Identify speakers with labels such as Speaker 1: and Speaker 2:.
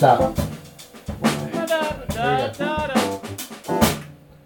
Speaker 1: Tá.
Speaker 2: Obrigado.